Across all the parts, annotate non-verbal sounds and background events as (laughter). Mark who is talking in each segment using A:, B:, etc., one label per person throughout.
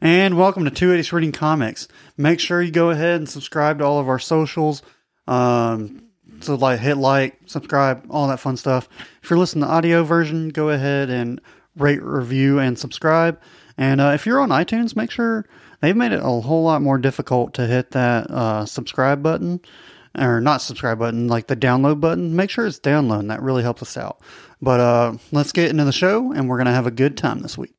A: And welcome to 280s Reading Comics. Make sure you go ahead and subscribe to all of our socials. Um, so like hit like, subscribe, all that fun stuff. If you're listening to the audio version, go ahead and rate, review, and subscribe. And uh, if you're on iTunes, make sure they've made it a whole lot more difficult to hit that uh, subscribe button or not subscribe button, like the download button. Make sure it's downloading. That really helps us out. But uh, let's get into the show, and we're gonna have a good time this week.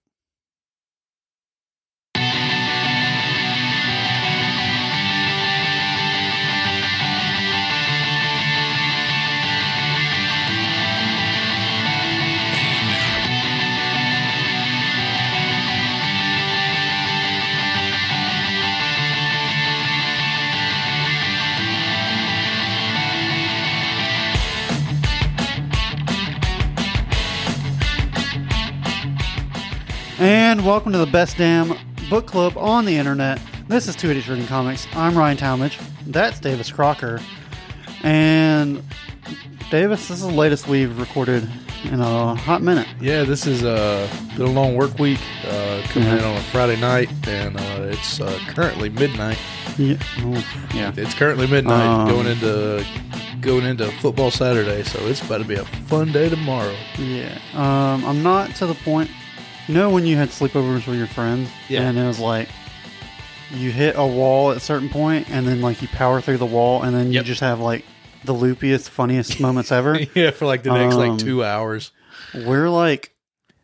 A: And welcome to the best damn book club on the internet. This is Two Idiots Reading Comics. I'm Ryan Talmage. That's Davis Crocker. And Davis, this is the latest we've recorded in a hot minute.
B: Yeah, this is uh, been a long work week. Uh, coming in on a Friday night, and uh, it's uh, currently midnight.
A: Yeah. oh, yeah.
B: It's currently midnight,
A: Um,
B: going into going into football Saturday. So it's about to be a fun day tomorrow. (laughs)
A: Yeah. Um, I'm not to the point. You know when you had sleepovers with your friends,
B: Yeah.
A: and it was like you hit a wall at a certain point, and then like you power through the wall, and then
B: Yep.
A: you just have like the loopiest, funniest moments
B: (laughs)
A: ever.
B: yeah, for like the next
A: Um,
B: like two hours.
A: We're like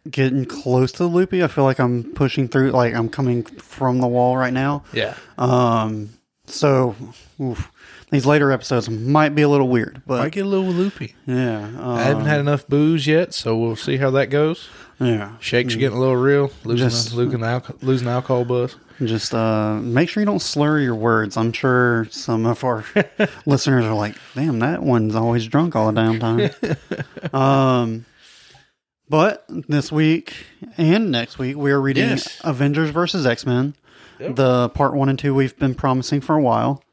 A: getting close to the loopy. I feel like I'm pushing through. Like I'm coming from the wall right now.
B: Yeah,
A: Um. So oof, these later episodes might be a little weird, but
B: might get a little loopy.
A: yeah, um,
B: I haven't had enough booze yet, so we'll see how that goes.
A: yeah.
B: Shakes are getting a little real, losing
A: Mm. Just-
B: losing, alcohol, losing alcohol buzz.
A: Just uh, make sure you don't slur your words. I'm sure some of our (laughs) listeners are like, "Damn, that one's always drunk all the damn time."
B: (laughs)
A: um, but this week and next week we are reading
B: Yes.
A: Avengers versus X Men,
B: Yep.
A: the part one and two we've been promising for a while.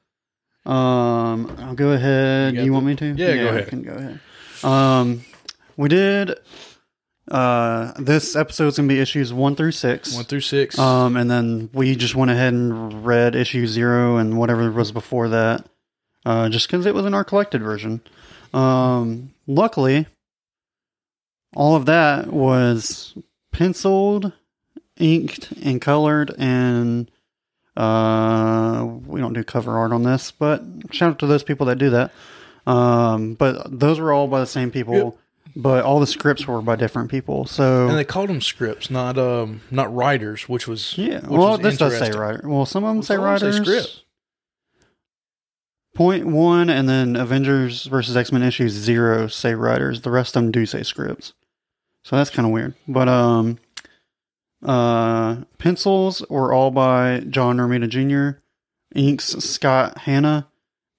A: Um, I'll go ahead.
B: You
A: You,
B: got
A: want
B: the-
A: me to?
B: Yeah, go
A: I
B: ahead.
A: can go ahead. Um, we did. Uh, this episode's gonna be issues one through six.
B: One through six.
A: Um, and then we just went ahead and read issue zero and whatever was before that, uh, just because it was in our collected version. Um, luckily, all of that was penciled, inked, and colored, and uh, we don't do cover art on this, but shout out to those people that do that. Um, but those were all by the same people,
B: Yep.
A: but all the scripts were by different people. So
B: and they called them scripts, not um, not writers, which was
A: yeah.
B: which
A: Well,
B: was
A: this does say
B: interesting.
A: writer. Well, some of them say
B: Some of 'em
A: writers.
B: say script.
A: Point one, and then Avengers versus X Men issues zero say writers. The rest of them do say scripts. So that's kind of weird. But um, uh, pencils were all by John Romita Jr. Inks Scott Hanna.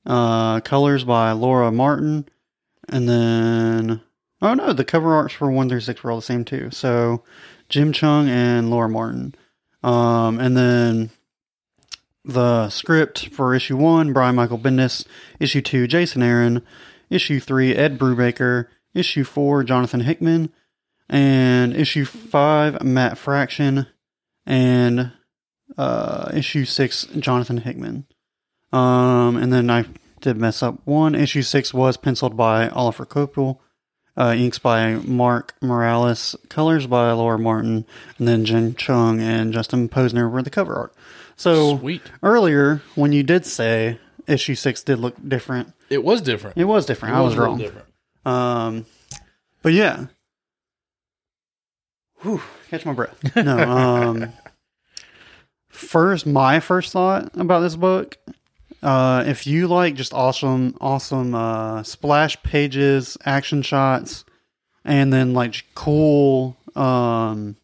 A: Uh, colors by Laura Martin. And then oh no, the cover arts for one through six were all the same too. So Jim Chung and Laura Martin. Um, and then the script for issue one, Brian Michael Bendis. Issue two, Jason Aaron. Issue three, Ed Brubaker. Issue four, Jonathan Hickman. And issue five, Matt Fraction. And uh, issue six, Jonathan Hickman. Um, and then I did mess up one. Issue six was penciled by Oliver Copel. Uh, inks by Mark Morales, colors by Laura Martin, and then Jen Chung and Justin Posner were the cover art. So
B: Sweet.
A: earlier when you did say issue six did look different
B: It was different.
A: it was different i was
B: a little
A: wrong
B: different.
A: um but yeah Whew, catch my breath no (laughs) um first my first thought about this book uh if you like just awesome awesome uh splash pages action shots and then like cool um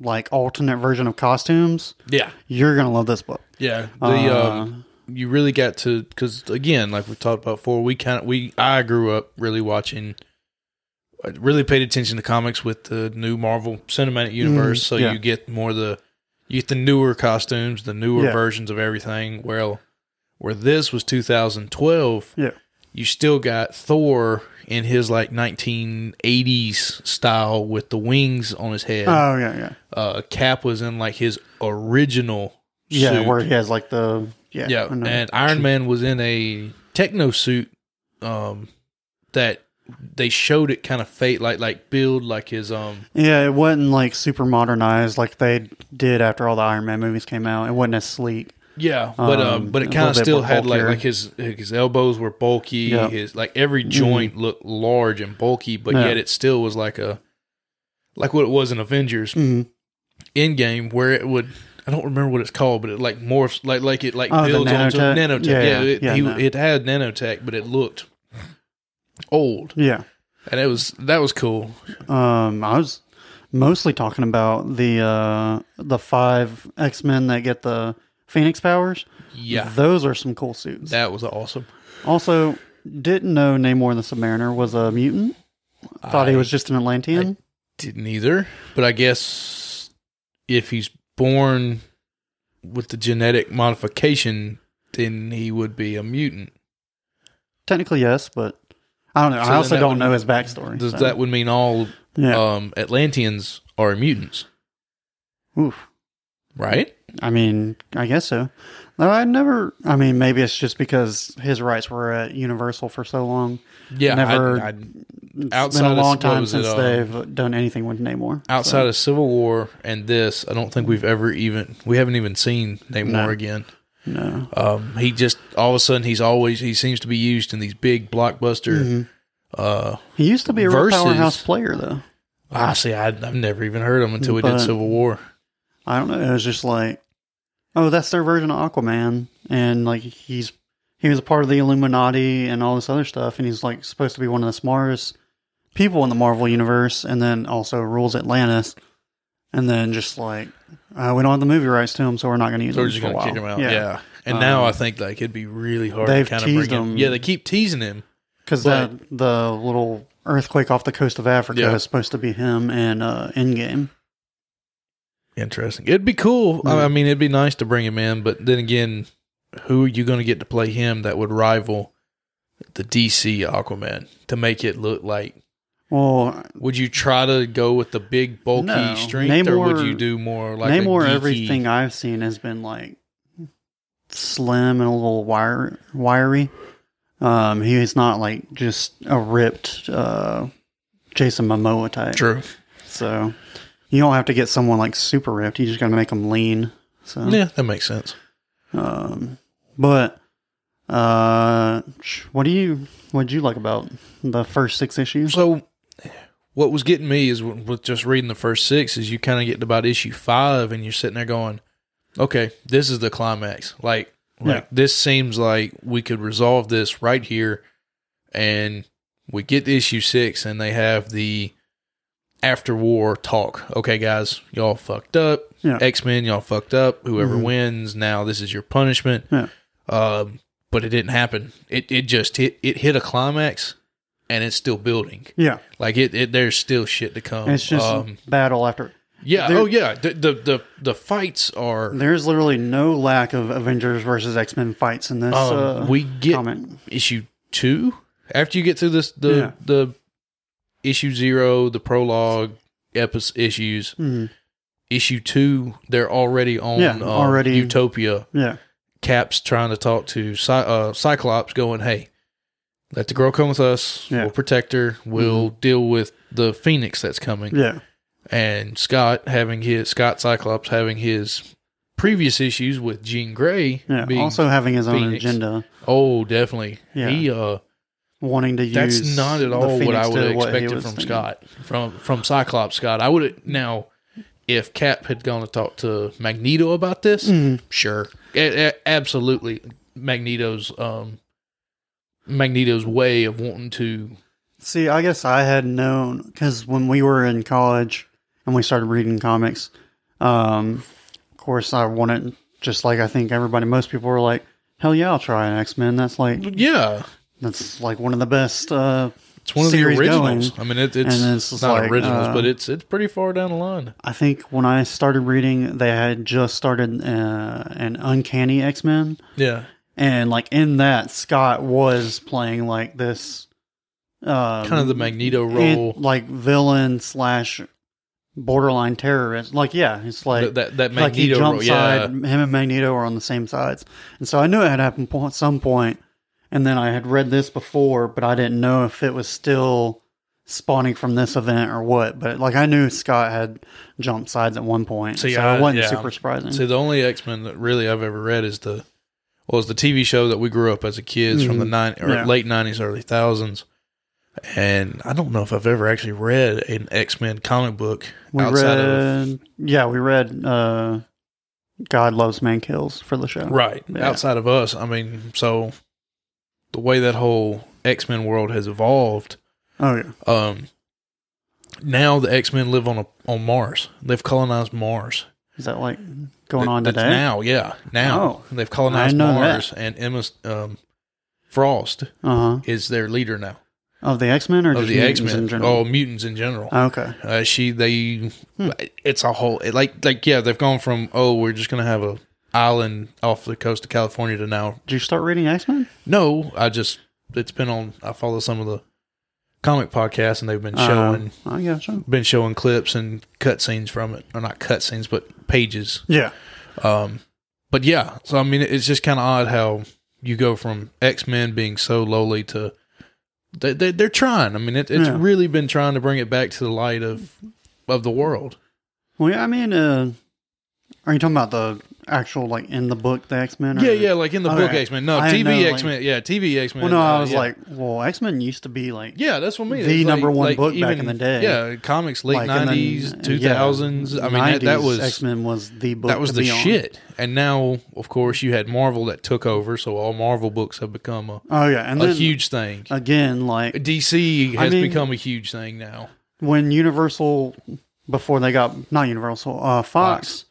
A: like alternate version of costumes
B: Yeah,
A: you're gonna love this book
B: yeah. The
A: Uh,
B: um, you really got to because again, like we talked about before, we kind of we I grew up really watching, I really paid attention to comics with the new Marvel Cinematic Universe. so
A: Mm, yeah.
B: you get more the you get the newer costumes, the newer
A: Yeah.
B: versions of everything. Well, where this was 2012,
A: yeah
B: you still got Thor in his like 1980s style with the wings on his head.
A: Oh yeah, yeah,
B: uh, Cap was in like his original
A: yeah.
B: suit.
A: Where he has like the yeah,
B: yeah,
A: I know.
B: and Iron Man was in a techno suit um, that they showed it kind of fade like like build like his um
A: yeah. It wasn't like super modernized like they did after all the Iron Man movies came out. It wasn't as sleek.
B: yeah but um,
A: Um,
B: but
A: a
B: it
A: little
B: kind of
A: bit
B: still
A: more
B: had like
A: bulkier.
B: like his his elbows were bulky
A: Yeah. Mm-hmm.
B: his like every joint looked large and bulky but
A: Yeah.
B: yet it still was like a like what it was in Avengers
A: Mm-hmm.
B: Endgame where it would I don't remember what it's called, but it like morphs like like it like
A: Oh, the
B: builds onto
A: nanotech?
B: nanotech.
A: Yeah,
B: Yeah,
A: yeah,
B: it,
A: yeah,
B: he,
A: no.
B: it had nanotech, but it looked old,
A: Yeah.
B: and it was that was cool.
A: Um, I was mostly talking about the uh the five X Men that get the Phoenix powers.
B: Yeah,
A: Those are some cool suits.
B: that was awesome.
A: Also, didn't know Namor the Submariner was a mutant. Thought he
B: I
A: was just an Atlantean.
B: didn't either, but I guess if he's born with the genetic modification, then he would be a mutant.
A: Technically, yes, but I don't know.
B: So
A: I
B: then
A: also
B: that
A: don't
B: would-
A: know his backstory.
B: Does
A: so-
B: that would mean all
A: Yeah.
B: um, Atlanteans are mutants, uh,
A: Oof.
B: right?
A: I mean, I guess so. Though I never. I mean, maybe it's just because his rights were at Universal for so long.
B: Yeah, I-
A: Never-
B: I,
A: It's
B: Outside
A: been a
B: of-
A: long
B: what
A: time
B: was it,
A: since
B: uh,
A: they've done anything with Namor.
B: outside of Civil War and this, I don't think we've ever even we haven't even seen Namor
A: No.
B: again.
A: of no.
B: Um, he just all of a sudden he's always he seems to be used in these big blockbuster.
A: Mm-hmm.
B: Uh,
A: He used to be a real
B: Versus-
A: powerhouse player, though.
B: I see. I, I've never even heard him until we
A: But-
B: did Civil War.
A: I don't know. It was just like, oh, that's their version of Aquaman, and like he's he was a part of the Illuminati and all this other stuff, and he's like supposed to be one of the smartest people in the Marvel universe, and then also rules Atlantis, and then just like uh, we don't have the movie rights to him, so we're not going to use
B: So we're
A: him
B: just
A: for a
B: gonna
A: while. Um,
B: kick him out. Yeah. And now I think like it'd be really hard
A: They've
B: to kind of bring
A: teased him.
B: him. Yeah, they keep teasing him.
A: because
B: But-
A: that the little earthquake off the coast of Africa
B: Yeah.
A: is supposed to be him and uh, Endgame.
B: Interesting. It'd be cool. I, I mean, it'd be nice to bring him in, but then again, who are you going to get to play him that would rival the DC Aquaman to make it look like
A: Well,
B: Would you try to go with the big bulky
A: No.
B: strength, or
A: Namor-
B: would you do more like a
A: Namor,
B: geeky-
A: everything I've seen has been like slim and a little wire, wiry. Um, he is not like just a ripped uh, Jason Momoa type.
B: True.
A: So you don't have to get someone like super ripped. You just got to make them lean. So,
B: Yeah, that makes sense.
A: um, but uh, what do you what would you like about the first six issues?
B: So, what was getting me is w- with just reading the first six is you kind of get to about issue five and you're sitting there going, "Okay, this is the climax. Like, like
A: Yeah.
B: this seems like we could resolve this right here." And we get to issue six and they have the after war talk. Okay, guys, y'all fucked up.
A: Yeah.
B: X Men, y'all fucked up. Whoever
A: Mhm.
B: wins now, this is your punishment.
A: Yeah.
B: Um, but it didn't happen. It it just hit it hit a climax, and it's still building.
A: Yeah,
B: Like it, it there's still shit to come.
A: it's just
B: um,
A: battle after.
B: yeah.
A: there-
B: Oh yeah. The, the the the fights are.
A: There's literally no lack of Avengers versus X Men fights in this.
B: Um,
A: uh,
B: we get
A: comment.
B: issue two after you get through this the
A: Yeah.
B: the issue zero the prologue epis issues
A: Mhm.
B: issue two they're already on
A: Yeah,
B: um,
A: already-
B: utopia
A: Yeah.
B: Cap's trying to talk to Cy- uh, Cyclops, going, "Hey, let the girl come with us.
A: Yeah. Mm-hmm.
B: We'll protect her. We'll deal with the Phoenix that's coming."
A: Yeah.
B: And Scott having his Scott Cyclops having his previous issues with Jean Grey.
A: Yeah.
B: being-
A: also having his own
B: Phoenix.
A: agenda,
B: oh, definitely.
A: Yeah.
B: He uh,
A: wanting to
B: that's
A: use.
B: not at
A: the
B: all what
A: Phoenix
B: I would
A: to
B: have
A: what he
B: expected
A: was
B: from
A: thinking.
B: Scott from from Cyclops Scott. I would have now if Cap had gone to talk to Magneto about this.
A: Mhm.
B: Sure, A- a- absolutely. Magneto's um, Magneto's way of wanting to.
A: See, I guess I had known because when we were in college and we started reading comics, um, of course, I wanted just like I think everybody, most people were like, "Hell yeah, I'll try an X Men." That's like
B: Yeah,
A: that's like one of the best. Uh,
B: it's one of
A: Series
B: the originals. I mean, it, it's,
A: And it's just
B: not
A: like,
B: originals,
A: uh,
B: but it's it's pretty far down the line.
A: I think when I started reading, they had just started uh, an Uncanny X Men,
B: Yeah,
A: and like in that Scott was playing like this um,
B: kind of the Magneto
A: ant-
B: role.
A: like villain slash borderline terrorist. Like yeah, it's like
B: that, that that
A: like he
B: Magneto
A: jumped
B: role.
A: side.
B: Yeah,
A: Him and Magneto are on the same sides, and so I knew it had happened po- at some point. And then I had read this before, but I didn't know if it was still spawning from this event or what. But like I knew Scott had jumped sides at one point, so,
B: See,
A: I,
B: I-
A: wasn't
B: yeah.
A: super surprising.
B: See, the only X Men that really I've ever read is the well, is the TV show that we grew up as a kids from the
A: Mhm.
B: nine or
A: Yeah.
B: late nineties, early thousands. And I don't know if I've ever actually read an X Men comic book
A: we
B: outside of
A: read, yeah, we read uh, "God Loves Man Kills" for the show.
B: right
A: Yeah.
B: outside of us. I mean, so the way that whole X Men world has evolved,
A: Oh yeah,
B: um, now the X Men live on a, on Mars. They've colonized Mars.
A: is that like going on
B: That's
A: today?
B: now, yeah, now
A: Oh.
B: they've colonized
A: I know
B: Mars, and Emma um, Frost
A: Uh huh.
B: is their leader now.
A: Of the X Men or
B: of
A: just
B: the X
A: mutants in
B: Men. Oh,
A: general?
B: mutants in general.
A: okay.
B: Uh, she they
A: Hmm.
B: it's a whole it- like like yeah they've gone from oh we're just gonna have a island off the coast of California to now
A: Did you start reading X Men?
B: no I just it's been on I follow some of the comic podcasts and they've been showing
A: Uh, I gotcha.
B: been showing clips and cutscenes from it or not cutscenes but pages
A: Yeah.
B: um but yeah so I mean it's just kind of odd how you go from X Men being so lowly to they, they they're trying I mean it, it's
A: Yeah.
B: really been trying to bring it back to the light of of the world
A: Well, yeah, I mean, uh, are you talking about the actual, like, in the book, the X Men?
B: Yeah, yeah, like in the book
A: Okay.
B: X Men. No,
A: I
B: TV
A: know, like-
B: X Men. yeah, TV X Men.
A: Well, no, I was like, well, X Men used to be, like,
B: uh, yeah, that's what I mean.
A: the
B: It's
A: number one book back in the day.
B: Yeah, comics, late
A: like, in the-
B: nineties,
A: yeah,
B: two thousands. I mean, that, that
A: 90s,
B: was
A: X Men was the book.
B: that was
A: to
B: the
A: be on.
B: shit. And now, of course, you had Marvel that took over, so all Marvel books have become a,
A: Oh, yeah. And
B: a
A: then,
B: huge thing.
A: again, like,
B: DC
A: I
B: has
A: mean-
B: become a huge thing now.
A: when Universal, before they got not Universal, uh, Fox,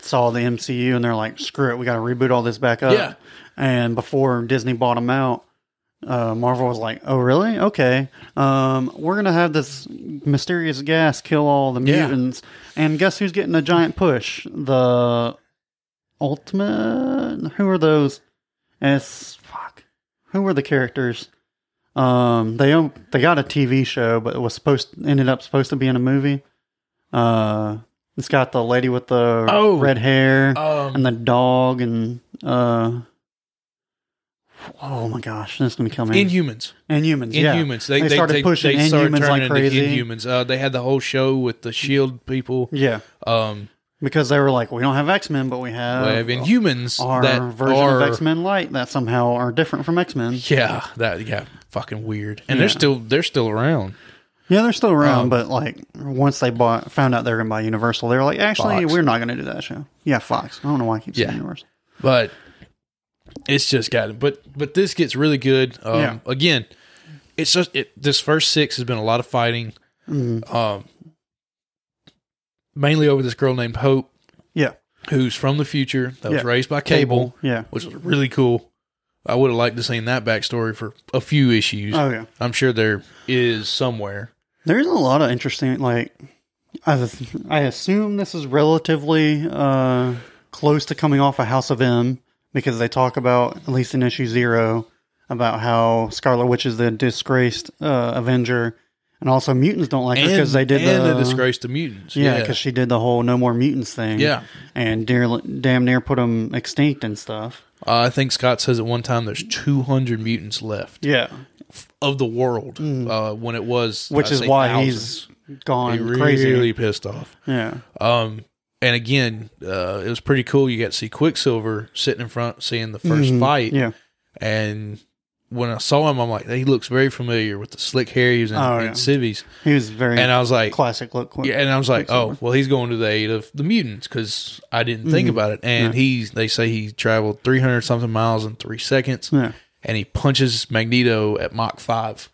A: saw the MCU and they're like, screw it, we got to reboot all this back up.
B: Yeah.
A: And before Disney bought them out, uh, Marvel was like, oh, really? Okay. Um, we're going to have this mysterious gas kill all the
B: Yeah.
A: mutants. And guess who's getting a giant push? The Ultimate? Who are those? S. Fuck. Who were the characters? Um, they own- they got a TV show, but it was supposed ended up supposed to be in a movie. Uh, it's got the lady with the
B: Oh.
A: red hair
B: Um,
A: and the dog and uh. Oh my gosh, this is gonna be killing me.
B: Inhumans,
A: Inhumans, yeah.
B: Inhumans. They,
A: They
B: they
A: started
B: they,
A: pushing
B: they started
A: Inhumans like
B: turning into
A: crazy.
B: Inhumans. Uh, they had the whole show with the Shield people.
A: Yeah,
B: Um,
A: because they were like, we don't have X Men, but we have,
B: they have Inhumans
A: Uh, our
B: that
A: version
B: are
A: of X Men Light that somehow are different from X Men.
B: Yeah, that yeah, fucking weird. And they're
A: Yeah.
B: still they're still around.
A: Yeah, they're still around,
B: Um,
A: but like once they bought, found out they were gonna buy Universal, they were like, actually,
B: Fox.
A: we're not gonna do that show. Yeah, Fox. I don't know why I keep saying
B: Yeah.
A: Universal.
B: But it's just got it. But but this gets really good. Um,
A: Yeah.
B: Again, it's just it, this first six has been a lot of fighting,
A: Mm,
B: um, mainly over this girl named Hope,
A: yeah,
B: who's from the future that was
A: Yeah.
B: raised by Cable,
A: Yeah.
B: which was really cool. I would have liked to seen that backstory for a few issues.
A: Oh yeah.
B: I'm sure there is somewhere.
A: There's a lot of interesting. Like, I I assume this is relatively uh, close to coming off a House of M because they talk about at least in issue zero about how Scarlet Witch is the disgraced uh, Avenger, and also mutants don't like her because they did
B: and
A: the,
B: the disgrace to mutants.
A: Yeah, because she did the whole no more mutants thing.
B: Yeah.
A: and dear, damn near put them extinct and stuff.
B: Uh, I think Scott says at one time there's 200 mutants left
A: Yeah,
B: of the world uh, when it was,
A: Hmm. which
B: I'd
A: is
B: say
A: why
B: thousands.
A: he's gone
B: He really
A: crazy.
B: pissed off.
A: yeah,
B: Um, and again, uh, it was pretty cool. You got to see Quicksilver sitting in front, seeing the 1st
A: Mm-hmm.
B: fight,
A: yeah.
B: and when I saw him, I'm like, he looks very familiar with the slick hair he was in,
A: Oh,
B: in
A: yeah.
B: civvies,
A: He was very
B: and I was like,
A: classic look.
B: yeah, and I was like, oh, well, he's going to the aid of the mutants because I didn't think
A: Mm-hmm.
B: about it. And he's, they say he traveled 300 something miles in three seconds.
A: Yeah.
B: and he punches Magneto at Mach five,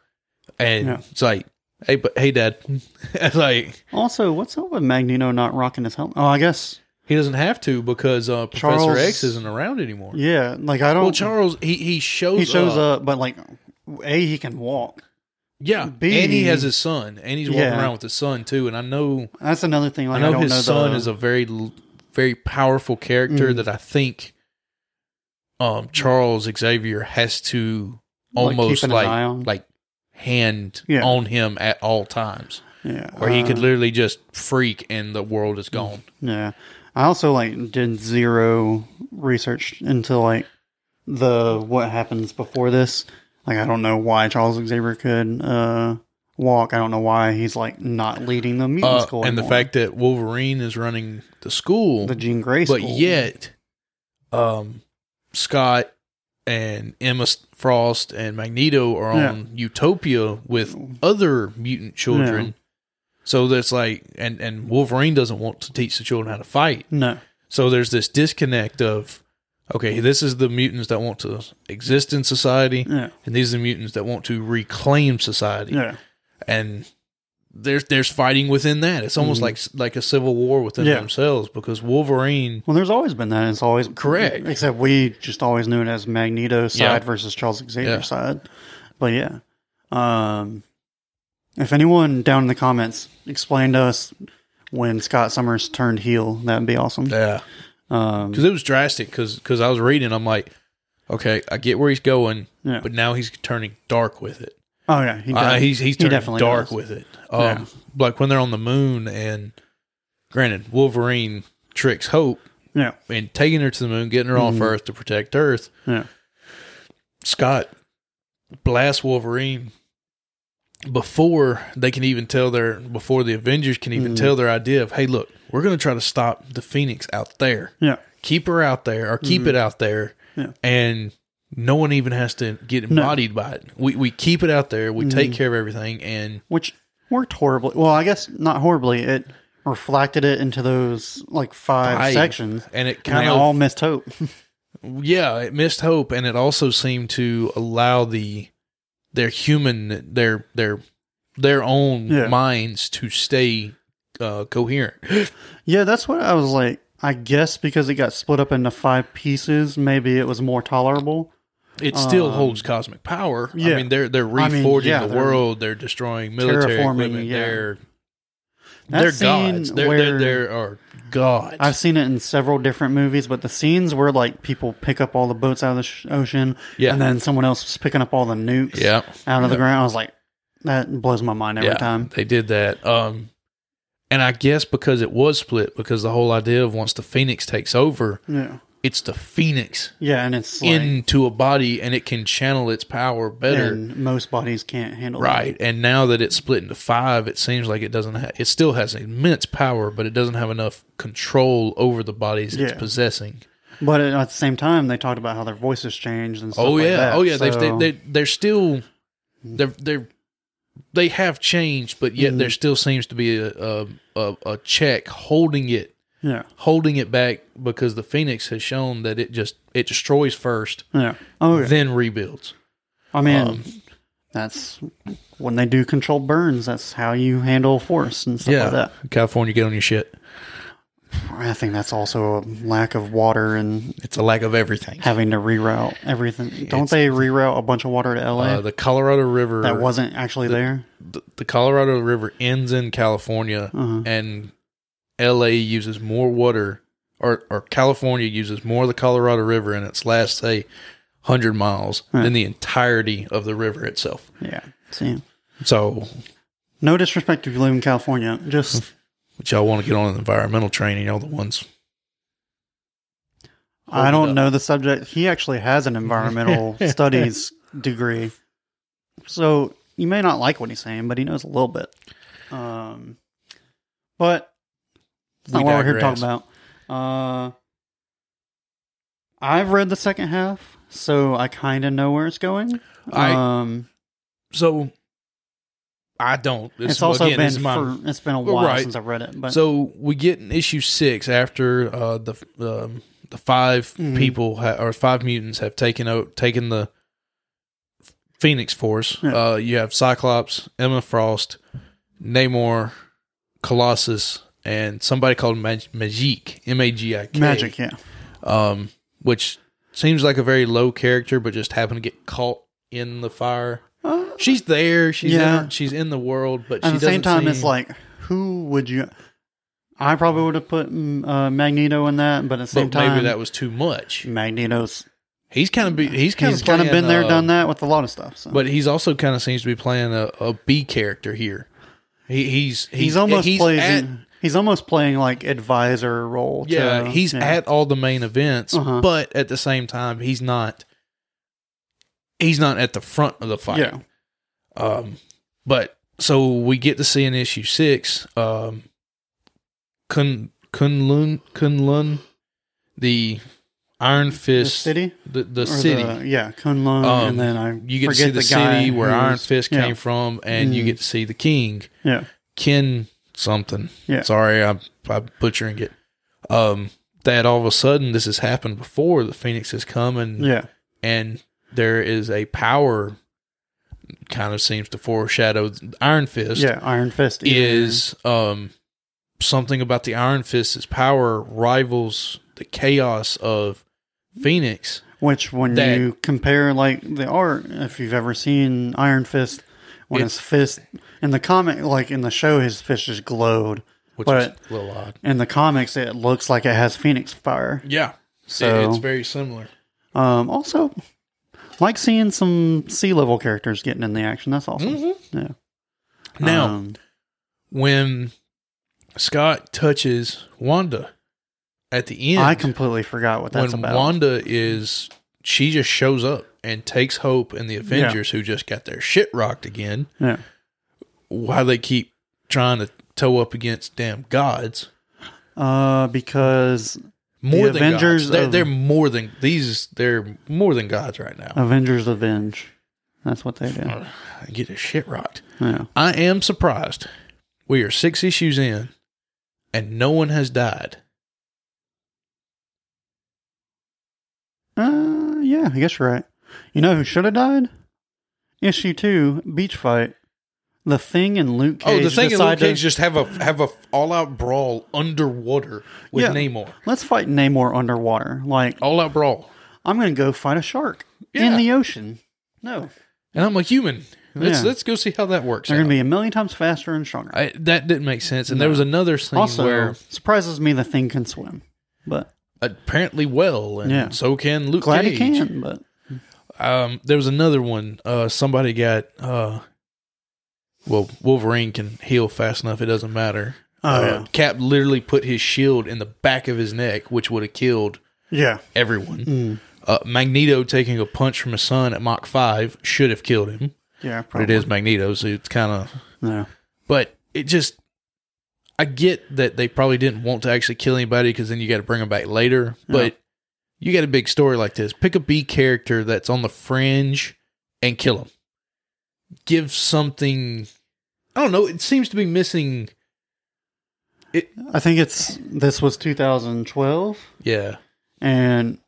B: and
A: Yeah.
B: it's like, hey, but hey, Dad, (laughs) it's like
A: Also, what's up with Magneto not rocking his helmet? Oh, I guess
B: he doesn't have to because uh, Professor
A: Charles-
B: X isn't around anymore.
A: yeah. Like I don't.
B: Well, Charles uh, he he shows
A: he shows
B: up,
A: up. but like a he can walk.
B: yeah,
A: B-
B: and he has his son, and he's walking
A: Yeah.
B: around with his son too. And I know,
A: That's another thing.
B: I
A: Like I,
B: know
A: don't
B: his
A: know
B: son
A: the, Mm.
B: is a very, l- very powerful character
A: Mhm.
B: that I think. um, Charles Xavier has to
A: Like,
B: almost
A: keeping an
B: like
A: eye
B: like,
A: on.
B: hand
A: Yeah.
B: on him at all times,
A: Yeah.
B: or he could
A: uh,
B: literally just freak and the world is gone.
A: Yeah. I also like did zero research into like the what happens before this. Like I don't know why Charles Xavier could uh walk. I don't know why he's like not leading the mutant
B: Uh,
A: school.
B: and the
A: anymore.
B: fact that Wolverine is running the school,
A: the Jean Grey
B: but
A: school.
B: yet, um, Scott and Emma S- Frost and Magneto are
A: Yeah.
B: on Utopia with other mutant children.
A: Yeah.
B: So that's like, and and Wolverine doesn't want to teach the children how to fight.
A: No.
B: So there's this disconnect of, okay, this is the mutants that want to exist in society,
A: Yeah.
B: and these are the mutants that want to reclaim society.
A: Yeah.
B: And there's there's fighting within that. It's almost
A: Mhm.
B: like like a civil war within
A: Yeah.
B: themselves because Wolverine
A: Well, there's always been that. It's always
B: Correct.
A: Except we just always knew it as Magneto side
B: Yeah.
A: versus Charles Xavier
B: Yeah.
A: side. But yeah, um, if anyone down in the comments explained to us when Scott Summers turned heel, that'd be awesome.
B: Yeah,
A: Um,
B: because it was drastic. Because I was reading, I'm like, okay, I get where he's going,
A: yeah.
B: but now he's turning dark with it.
A: oh yeah, he
B: Uh,
A: does.
B: he's he's turning
A: definitely
B: dark
A: does.
B: with it. Um,
A: Yeah.
B: like when they're on the moon, and granted, Wolverine tricks Hope
A: yeah,
B: and taking her to the moon, getting her
A: Mm-hmm.
B: off Earth to protect Earth.
A: yeah,
B: Scott blasts Wolverine before they can even tell their before the Avengers can even
A: Mm-hmm.
B: tell their idea of, hey, look, we're going to try to stop the Phoenix out there.
A: yeah,
B: keep her out there or keep it out there
A: Mm-hmm. Yeah.
B: and no one even has to get embodied by it we, we keep it out there we
A: Mm-hmm.
B: take care of everything and
A: which worked horribly. Well, I guess not horribly. It reflected it into those like five,
B: Five.
A: sections,
B: and it
A: and
B: kind
A: they
B: of
A: all missed hope.
B: yeah it missed hope and it also seemed to allow the their human their their their own
A: Yeah.
B: minds to stay uh, coherent
A: Yeah, that's what I was like. I guess because it got split up into five pieces, maybe it was more tolerable.
B: it still
A: Um,
B: holds cosmic power i
A: yeah.
B: mean they're they're
A: I
B: reforging
A: mean, yeah,
B: the
A: they're
B: world they're destroying military
A: terraforming,
B: equipment
A: yeah.
B: they're
A: That
B: they're
A: scene
B: gods they're,
A: where-
B: they're, they're are gods
A: I've seen it in several different movies, but the scenes where like people pick up all the boats out of the sh- ocean,
B: Yeah.
A: and then someone else was picking up all the nukes,
B: Yeah.
A: out of the ground. I was like, that blows my mind every
B: yeah,
A: time.
B: They did that. Um and I guess because it was split, because the whole idea of once the Phoenix takes over,
A: Yeah,
B: it's the Phoenix
A: yeah, and it's like,
B: into a body and it can channel its power better.
A: and most bodies can't handle that.
B: right. And now that it's split into five, it seems like it doesn't have it still has immense power, but it doesn't have enough control over the bodies it's
A: Yeah.
B: possessing.
A: But at the same time, they talked about how their voices changed and stuff
B: oh
A: like
B: yeah.
A: that,
B: oh yeah. They've,
A: so-
B: they they they're still they're they're they have changed, but yet
A: Mm.
B: there still seems to be a a, a, a check holding it
A: yeah,
B: holding it back because the Phoenix has shown that it just it destroys first,
A: yeah. Oh yeah.
B: then rebuilds.
A: I mean,
B: Um,
A: that's when they do controlled burns. That's how you handle force and stuff like that.
B: California, get on your shit.
A: I think that's also a lack of water and
B: It's a lack of everything.
A: having to reroute everything. Don't they reroute a bunch of water to LA
B: Uh, the Colorado River
A: that wasn't actually there?
B: the, the Colorado River ends in California,
A: Uh-huh.
B: and L.A. uses more water, or or California uses more of the Colorado River in its last say hundred miles than the entirety of the river itself.
A: Yeah. See,
B: So,
A: no disrespect if you live in California. Just
B: but y'all want to get on an environmental train? You know the ones.
A: I
B: it up.
A: don't know the subject. He actually has an
B: (laughs)
A: environmental studies degree, so you may not like what he's saying, but he knows a little bit. Um, but that's not
B: We
A: what we're here to talk
B: digress.
A: about. Uh, I've read the second half, so I kind of know where it's going.
B: I-
A: um,
B: So I don't. This,
A: it's also
B: again,
A: been
B: this is my-
A: for, it's been a
B: Well,
A: while
B: right.
A: since I've read it, but
B: so we get in issue six after uh, the um, the 5
A: Mhm.
B: people ha- or five mutants have taken out taken the Phoenix Force.
A: Yeah.
B: Uh, you have Cyclops, Emma Frost, Namor, Colossus, and somebody called Mag- Magic M A G I K
A: magic, yeah,
B: um, which seems like a very low character, but just happened to get caught in the fire. She's there. She's
A: Uh, Yeah.
B: in, she's in the world, but she
A: at the same
B: doesn't
A: time,
B: seem-
A: it's like, who would you? I probably would have put mm, uh, Magneto in that, but at the same
B: but maybe
A: time,
B: that was too much.
A: Magneto's
B: He's kind of be, he's kind
A: He's
B: of
A: kind of been there,
B: uh,
A: done that with a lot of stuff. So.
B: But he's also kind of seems to be playing a, a B character here. He, he's, he's
A: he's, almost
B: he's
A: plays.
B: at-
A: in- he's almost playing like advisor role. to-
B: yeah he's at all the main events,
A: Uh-huh.
B: but at the same time he's not he's not at the front of the fight.
A: Yeah.
B: Um, but so we get to see in issue six, um, Kun Kunlun Kunlun, the Iron
A: The
B: Fist,
A: city.
B: the, the
A: Or
B: city.
A: yeah, Kunlun,
B: Um,
A: and then I
B: you get to
A: forget
B: see the,
A: guy
B: city where
A: who's-
B: Iron Fist
A: yeah,
B: came from, and you
A: Mm.
B: get to see the king,
A: Yeah,
B: Ken something.
A: Yeah.
B: Sorry, I'm, I'm butchering it. Um, that all of a sudden this has happened before. The Phoenix has come and
A: yeah,
B: and there is a power kind of seems to foreshadow Iron Fist
A: yeah. Iron Fist
B: is um something about the Iron Fist's power rivals the chaos of Phoenix.
A: Which, when
B: That-
A: you compare like the art, if you've ever seen Iron Fist, when
B: It-
A: his fist in the comic, like in the show, his fist just glowed.
B: Which is a little odd.
A: In the comics, it looks like it has Phoenix fire.
B: Yeah.
A: So
B: it's very similar.
A: um, also like seeing some sea level characters getting in the action. That's awesome.
B: Mm-hmm.
A: Yeah.
B: Hmm. Now,
A: Um,
B: when Scott touches Wanda at the end,
A: I completely forgot what that's
B: when
A: about.
B: Wanda is, she just shows up and takes Hope and the Avengers, who just got their shit rocked again.
A: yeah.
B: Why they keep trying to toe up against damn gods?
A: Uh, because
B: More
A: The
B: than
A: Avengers
B: gods. They're,
A: of-
B: they're more than these. They're more than gods right now.
A: Avengers Avenge. That's what they do.
B: I get their shit rocked.
A: Yeah.
B: I am surprised. We are six issues in, and no one has died.
A: Uh, yeah, I guess you're right. You know who should have died? Issue two, beach fight. The thing and Luke Cage.
B: oh, the thing is,
A: decide
B: Luke
A: to-
B: Cage just have a have a all out brawl underwater with
A: Yeah.
B: Namor.
A: Let's fight Namor underwater. Like
B: All out brawl,
A: I'm gonna go fight a shark
B: Oh. Yeah.
A: in the ocean. No,
B: and I'm a human. Let's
A: Yeah.
B: let's go see how that works.
A: they're
B: out.
A: gonna be a million times faster and stronger.
B: I, that didn't make sense. And there was another scene
A: also,
B: where
A: surprises me the thing can swim, but
B: apparently well, and
A: Yeah.
B: so can Luke
A: glad he
B: Cage.
A: can. But
B: Um, there was another one. Uh, somebody got uh, well, Wolverine can heal fast enough. It doesn't matter.
A: Oh,
B: uh,
A: yeah.
B: Cap literally put his shield in the back of his neck, which would have killed
A: yeah,
B: everyone.
A: Mm.
B: Uh, Magneto taking a punch from his son at Mach five should have killed him,
A: yeah,
B: but
A: probably.
B: it is Magneto, so it's kind of
A: No,
B: But it just, I get that they probably didn't want to actually kill anybody because then you got to bring them back later. But you got a big story like this. Pick a B character that's on the fringe and kill him. Give something. I don't know. It seems to be missing.
A: I think it's this was 2012,
B: Yeah.
A: and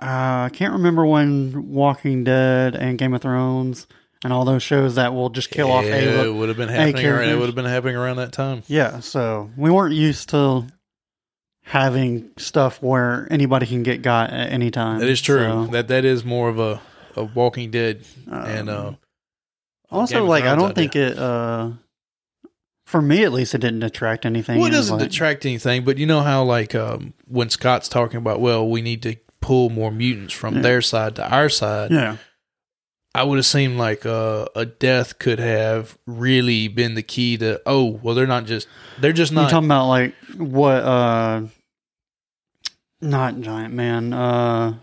A: uh, I can't remember when Walking Dead and Game of Thrones and all those shows that will just kill off
B: Yeah,
A: a
B: It would have been happening. Around, it
A: characters.
B: would have been happening around that time.
A: Yeah, so we weren't used to having stuff where anybody can get got at any time.
B: That is true.
A: So,
B: That that is more of a, a Walking Dead and
A: um,
B: uh, Game
A: also,
B: of
A: like, I
B: Thrones
A: don't
B: idea.
A: think it. uh For me, at least, it didn't attract anything.
B: Well, it
A: was
B: doesn't
A: like-
B: detract anything, but you know how like um, when Scott's talking about, well, we need to pull more mutants from
A: Yeah.
B: their side to our side.
A: Yeah,
B: I would have seemed like uh, a death could have really been the key to. Oh, well, they're not just they're just
A: you
B: not.
A: talking about like what? uh Not giant man. uh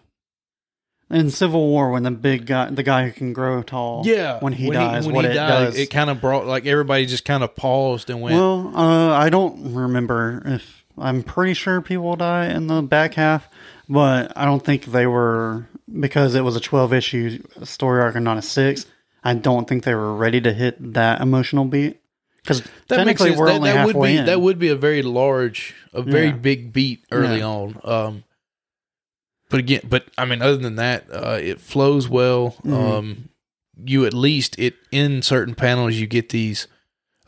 A: In Civil War, when the big guy, the guy who can grow tall,
B: yeah,
A: when he dies, what it does,
B: it kind of brought like everybody just kind of paused and went.
A: Well, uh, I don't remember if I'm pretty sure people die in the back half, but I don't think they were because it was a 12 issue story arc and not a six. I don't think they were ready to hit that emotional beat because
B: that makes
A: technically
B: sense.
A: we're
B: That,
A: only
B: that would
A: halfway
B: be
A: in.
B: that would be a very large, a very
A: Yeah.
B: big beat early
A: Yeah.
B: on. Um, but again, but I mean, other than that, uh, it flows well.
A: Mm-hmm.
B: Um, you at least it in certain panels you get these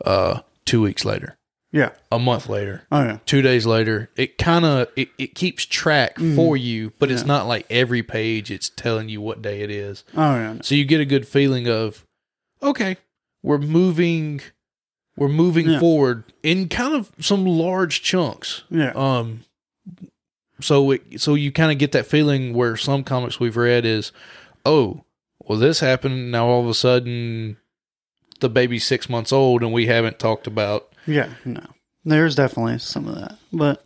B: uh, two weeks later,
A: yeah.
B: a month later,
A: Oh yeah.
B: two days later. It kind of it, it keeps track for you, but it's
A: Mm-hmm. Yeah.
B: not like every page it's telling you what day it is.
A: Oh yeah.
B: So you get a good feeling of okay, we're moving we're moving
A: Yeah.
B: forward in kind of some large chunks.
A: Yeah.
B: Um so it, so you kind of get that feeling where some comics we've read is, oh, well this happened now all of a sudden the baby's six months old and we haven't talked about
A: Yeah, no. There's definitely some of that. But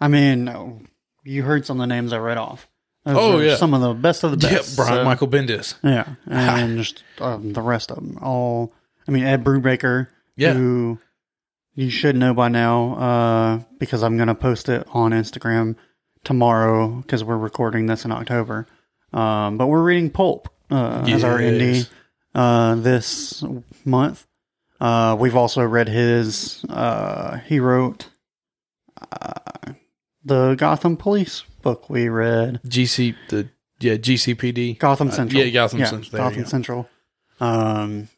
A: I mean, no, you heard some of the names I read off. Those
B: Oh,
A: are
B: yeah.
A: Some of the best of the
B: yeah,
A: best.
B: (laughs) Brian
A: so-
B: Michael Bendis.
A: Yeah. And just um, the rest of them. All, I mean, Ed Brubaker,
B: Yeah.
A: who you should know by now uh, because I'm going to post it on Instagram tomorrow because we're recording this in October. Um, but we're reading Pulp uh, as our indie
B: Yes.
A: uh, this month. Uh, we've also read his, uh, he wrote uh, the Gotham Police book we read.
B: GC the yeah GCPD.
A: Gotham
B: Uh,
A: Central.
B: yeah, Gotham Central. There you
A: Gotham
B: go.
A: Central. Um,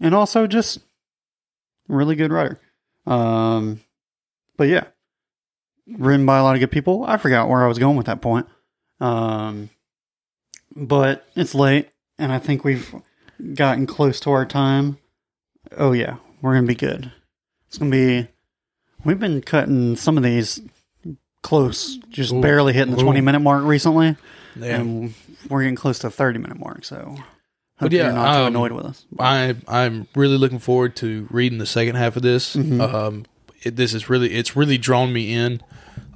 A: and also just really good writer. Um, but yeah, written by a lot of good people. I forgot where I was going with that point. Um, but it's late, and I think we've gotten close to our time. Oh yeah, we're gonna be good. It's gonna be. We've been cutting some of these close, just
B: Ooh.
A: barely hitting the
B: Ooh.
A: twenty minute mark recently
B: Yeah.
A: and we're getting close to the 30 minute mark so hope
B: But
A: you're
B: yeah,
A: not too
B: um,
A: annoyed with us
B: I I'm really looking forward to reading the second half of this.
A: Mhm.
B: Um, it, this is really it's really drawn me in.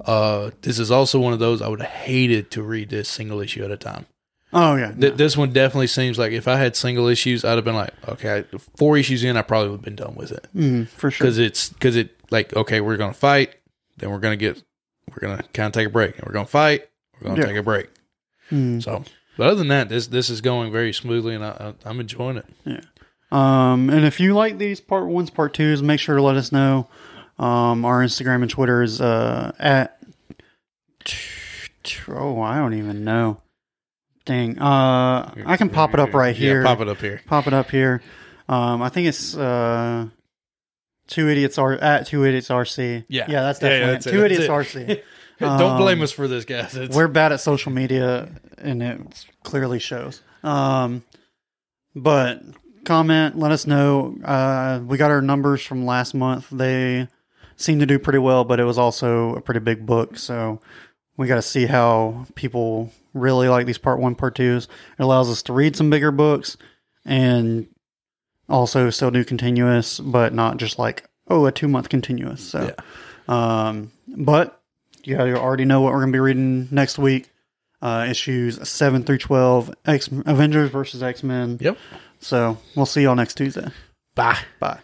B: Uh, this is also one of those I would have hated to read this single issue at a time.
A: oh yeah
B: Th-
A: no.
B: This one definitely seems like if I had single issues, I'd have been like, okay, four issues in, I probably would have been done with it
A: Mhm, for sure
B: because it's because it like okay, we're gonna fight, then we're gonna get we're gonna kind of take a break, and we're gonna fight, we're gonna
A: Yeah.
B: take a break.
A: Mhm.
B: So, but other than that, this this is going very smoothly, and I, I, I'm enjoying it.
A: um and if you like these part ones part twos make sure to let us know um our instagram and twitter is uh at oh i don't even know dang uh i can pop it up right
B: Yeah,
A: here
B: pop it up here.
A: pop it up here um i think it's uh two idiots are at two idiots rc
B: Yeah.
A: yeah that's
B: Yeah,
A: definitely
B: yeah,
A: it.
B: that's it,
A: two
B: that's
A: idiots
B: it. (laughs)
A: rc
B: Don't blame us for this, guys. It's,
A: we're bad at social media and it clearly shows um but comment let us know uh we got our numbers from last month they seem to do pretty well but it was also a pretty big book so we got to see how people really like these part one part twos it allows us to read some bigger books and also still do continuous but not just like oh a two month continuous so um, but you gotta already know what we're gonna be reading next week. Uh, issues seven through twelve, X Avengers versus X Men.
B: Yep.
A: So we'll see y'all next Tuesday.
B: Bye.
A: Bye.